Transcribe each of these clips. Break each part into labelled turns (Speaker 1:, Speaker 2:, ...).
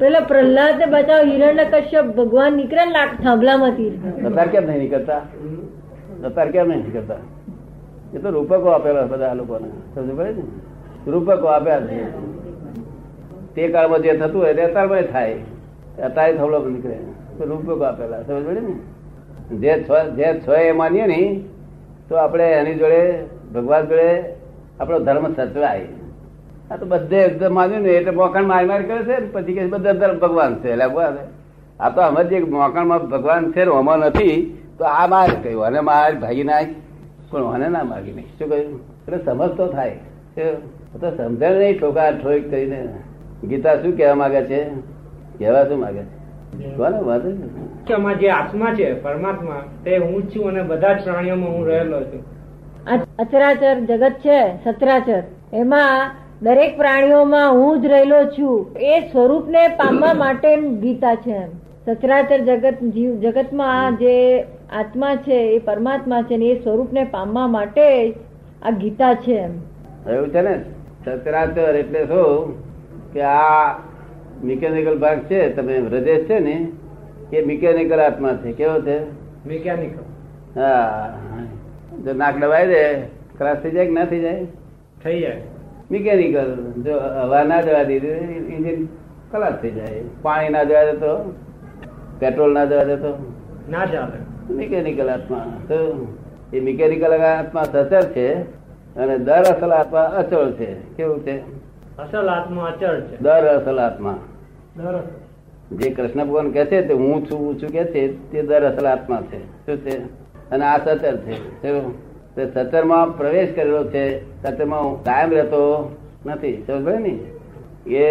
Speaker 1: પેલા પ્રહલાદ ને બચાવ હિરણ્ય કશ્યપ ભગવાન નીકળે ને લાક થાંભલામાંથી
Speaker 2: દતાર કેમ નહીં નીકળતા દતાર કેમ નહીં નીકળતા એ તો રૂપકો આપેલા બધા આ લોકોને સમજ પડે ને રૂપકો આપ્યા છે તે કાળમાં જે થતું હોય તે અત્યારમાં થાય અત્યારે થોડો નીકળે તો રૂપકો આપેલા સમજ પડે ને જે છ જે છ એ માનીએ ને તો આપણે એની જોડે ભગવાન જોડે આપણો ધર્મ સચવાય આ તો બધે એકદમ માન્યું ને એટલે મોકણ માર માર કરે છે ને પછી કે બધા ધર્મ ભગવાન છે એટલે બરાબર. આ તો અમે જે મોકણમાં ભગવાન છે ને ઓમાં નથી તો આ માર કહ્યું અને માર ભાગી નાખ પણ મને ના માગી નાખ શું કહ્યું એટલે સમજ તો થાય કે આ તો સમજણ નહીં ઠોકા ઠોક કરીને ગીતા શું કહેવા માંગે છે કહેવા શું માંગે છે કોને વાંધો નહીં.
Speaker 3: કે આમાં જે આત્મા છે પરમાત્મા તે હું જ છું અને બધા જ પ્રાણીઓમાં હું રહેલો છું
Speaker 1: આ અચરાચર જગત છે સચરાચર એમાં દરેક પ્રાણીઓમાં હું જ રહેલો છું એ સ્વરૂપને પામવા માટે ગીતા છે એમ સચરાચર જગત જીવ જગતમાં જે આત્મા છે એ પરમાત્મા છે ને એ સ્વરૂપને પામવા માટે આ ગીતા છે એમ
Speaker 2: એવું છે ને સચરાચર એટલે શું કે આ મિકેનિકલ ભાગ છે તમે હૃદય છે ને એ મિકેનિકલ આત્મા છે કેવો છે
Speaker 3: મિકેનિકલ
Speaker 2: હા જો નાક દબાઈ દે ક્રાસ થઈ જાય કે ના થઈ જાય
Speaker 3: થઈ જાય
Speaker 2: મિકેનિકલ જો હવા ના જવા દીધી ઇન્જિન ખલાસ થઈ જાય પાણી ના જવા દેતો પેટ્રોલ ના જવા દેતો
Speaker 3: ના ચાલે
Speaker 2: મિકેનિકલ આત્મા તો એ મિકેનિકલ આત્મા સચર છે અને દર અસલ આત્મા અચળ છે કેવું છે
Speaker 3: અસલ આત્મા અચળ છે
Speaker 2: દર અસલ આત્મા
Speaker 3: દરસ
Speaker 2: જે કૃષ્ણ ભગવાન કહે છે તે હું છું હું છું કહે છે તે દર અસલ આત્મા છે શું છે અને આ સતર છે શું? તે સતરમાં પ્રવેશ કરેલો છે સતરમાં હું કાયમ રહેતો નથી સમજ પડી ને એ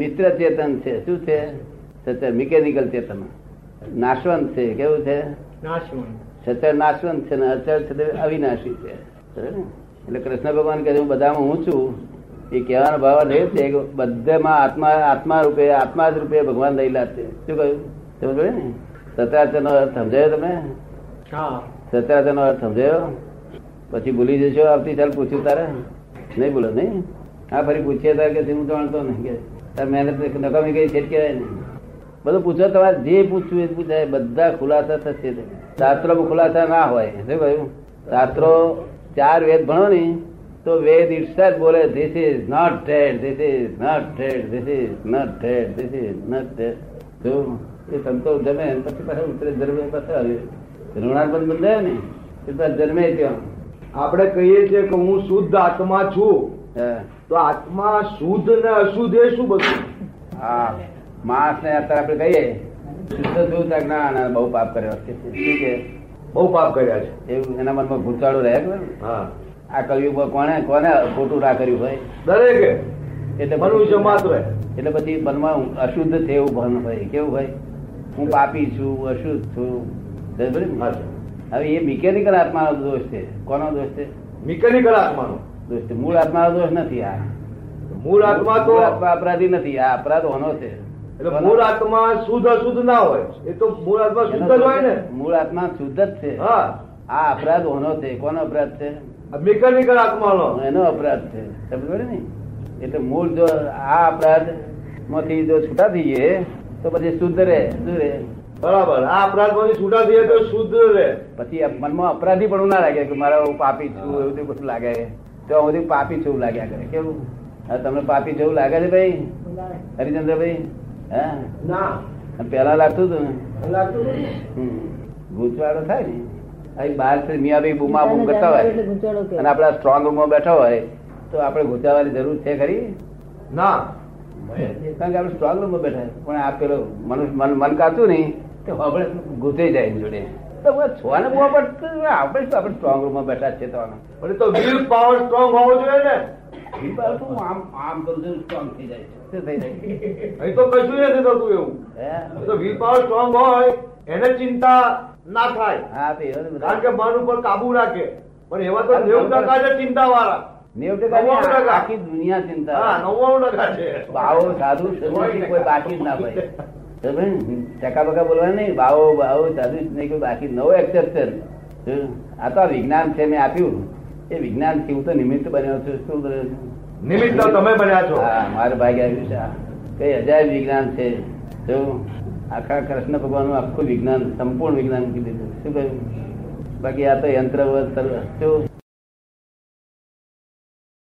Speaker 2: મિત્ર ચેતન છે શું છે સતર મિકેનિકલ ચેતન નાશવંત છે કેવું છે
Speaker 3: નાશવંત
Speaker 2: સતર નાશવંત છે ને અચળ છે તે અવિનાશી છે સમજ્યો ને? એટલે કૃષ્ણ ભગવાન કહે છે, હું બધામાં હું છું એ કહેવાનો ભાવ એ છે કે બધામાં આત્મા આત્મા રૂપે આત્મા જ રૂપે ભગવાન રહેલા છે શું કહ્યું સમજ પડી ને સતરાચરનો અર્થ સમજાયો તમે
Speaker 3: હા
Speaker 2: સતરાચરનો અર્થ સમજાયો પછી ભૂલી જશો આવતીકાલ પૂછ્યું તારે નહીં બોલો નહીં હા ફરી પૂછીએ તારે કે હું જાણતો નહીં કે તારે મહેનત નકામી ગઈ છે જ કહેવાય ને બધું પૂછો તમારે જે પૂછવું એ જ પૂછાય બધા ખુલાસા થશે તે. શાસ્ત્રોમાં ખુલાસા ના હોય શું કહ્યું શાસ્ત્રો ચાર વેદ ભણો ને તો વેદ ઇટસેલ્ફ બોલે this is not that this is not that this is not that this is not that જો એ સંતો જમે ને પછી પાછા ઉતરે ધર્મે પાછા આવે ઋણાર્પણ બંધાય ને એ તો જન્મે ત્યાં
Speaker 4: આપણે કહીએ છીએ કે હું શુદ્ધ આત્મા છું
Speaker 2: હા.
Speaker 4: તો આત્મા શુદ્ધ ને અશુદ્ધ એ શું બધું
Speaker 2: આ માણસ ને અત્યારે આપણે કહીએ શુદ્ધ દૂધ ના ના, બહુ પાપ કર્યો છે શું કે
Speaker 4: બહુ પાપ કર્યા છે
Speaker 2: એવું એના મનમાં ભૂતકાળો રહે ખબર ને?
Speaker 4: હા
Speaker 2: આ કલયુગમાં કોને કોને ખોટું ના કર્યું હોય
Speaker 4: દરેકે
Speaker 2: એટલે
Speaker 4: મનુષ્ય માત્ર
Speaker 2: એટલે પછી મનમાં અશુદ્ધ છે એવું ભાન હોય કેવું હોય હું પાપી છું અશુદ્ધ છું બરાબર ને?
Speaker 4: હા સર.
Speaker 2: હવે એ મિકેનિકલ આત્માનો દોષ છે કોનો દોષ છે
Speaker 4: મિકેનિકલ આત્માનો
Speaker 2: દોષ છે મૂળ આત્માનો દોષ નથી આ
Speaker 4: મૂળ આત્મા તો
Speaker 2: મૂળ આત્મા અપરાધી નથી આ અપરાધ હોનો છે
Speaker 4: એટલે મૂળ આત્મા શુદ્ધ અશુદ્ધ ના હોય એ તો મૂળ આત્મા શુદ્ધ જ હોય ને
Speaker 2: મૂળ આત્મા શુદ્ધ જ છે
Speaker 4: હા
Speaker 2: આ અપરાધ હોનો છે કોનો અપરાધ છે
Speaker 4: મિકેનિકલ આત્માનો
Speaker 2: એનો અપરાધ છે સમજ પડી ને એટલે મૂળ જો આ અપરાધ માંથી જો છૂટા થઈએ તો પછી શુદ્ધ રહે શું રહે
Speaker 4: બરાબર આ અપરાધ માંથી છૂટા થઈએ તો શુદ્ધ રહે
Speaker 2: પછી અપ- મનમાં અપરાધી પણ ના લાગે કે મારા હું પાપી છું એવું બધું બધું લાગે તો હું બધું પાપી છું એવું લાગ્યા કરે કેવું હવે તમને પાપી જેવું લાગે છે ભાઈ હરિચંદ્રભાઈ હા
Speaker 4: ના
Speaker 2: અને પહેલા લાગતું હતું ને
Speaker 4: લાગતું નથી.
Speaker 2: હમ. ગૂંચવાડો થાય ને અહીં બહાર થી મિયાભાઈ બૂમા બૂમ કરતા
Speaker 1: એટલે
Speaker 2: હોય
Speaker 1: ગૂંચવાડો કહેવાય.
Speaker 2: અને આપડા સ્ટ્રોંગ રૂમમાં બેઠા હોય તો આપણે ગૂંચાવાની જરૂર છે ખરી
Speaker 4: ના
Speaker 2: કારણ કે આપણે સ્ટ્રોંગ રૂમમાં બેઠા હોય. પણ આ પેલો મનુષ્ય મન મન કાચું નહીં તો આપણે ગૂંચાઈ જાય એની જોડે તો હવે છોને બૂમા પડતું આપણે શું આપણે સ્ટ્રોંગ રૂમમાં બેઠા જ છે તો આમ
Speaker 4: પણ એ તો વિલ પાવર સ્ટ્રોંગ હોવો જોઈએ ને
Speaker 2: આમ આમ કરું છું સ્ટ્રોંગ થઈ જાય છે. શું થઈ જાય
Speaker 4: અહીં તો કશું નથી થતું એવું
Speaker 2: હે?
Speaker 4: અહીં તો વિલ પાવર સ્ટ્રોંગ હોય એને ચિંતા ના થાય
Speaker 2: હા તો એવું બધું.
Speaker 4: કારણ કે મન ઉપર કાબુ રાખે પણ એવા તો નેવું ટકા છે ચિંતા વાળા
Speaker 2: નેવું ટકા નહીં,
Speaker 4: નવ્વાણું ટકા.
Speaker 2: આખી દુનિયા ચિંતા
Speaker 4: હા નવ્વાણું ટકા છે
Speaker 2: બાવો સાધુ સન્યાસી કોઈ બાકી જ ના હોય સમજ્યો ને? ચકાબકા બોલવા નહીં બાવો બાવો સાધુ સન્યાસી કોઈ બાકી નવો એક્સેપ્શન આ તો આ વિજ્ઞાન છે મેં આપ્યું એ વિજ્ઞાન થી હું તો નિમિત્ત બન્યો છું શું બન્યો છું
Speaker 4: નિમિત્ત તમે બન્યા છો
Speaker 2: હા મારે ભાગ્ય આવ્યું છે આ. કઈ અજાયબ વિજ્ઞાન છે જો આખા કૃષ્ણ ભગવાનનું આખું વિજ્ઞાન સંપૂર્ણ વિજ્ઞાન કીધું છે. શું કહ્યું બાકી આ તો યંત્ર વત સર્વ- શું?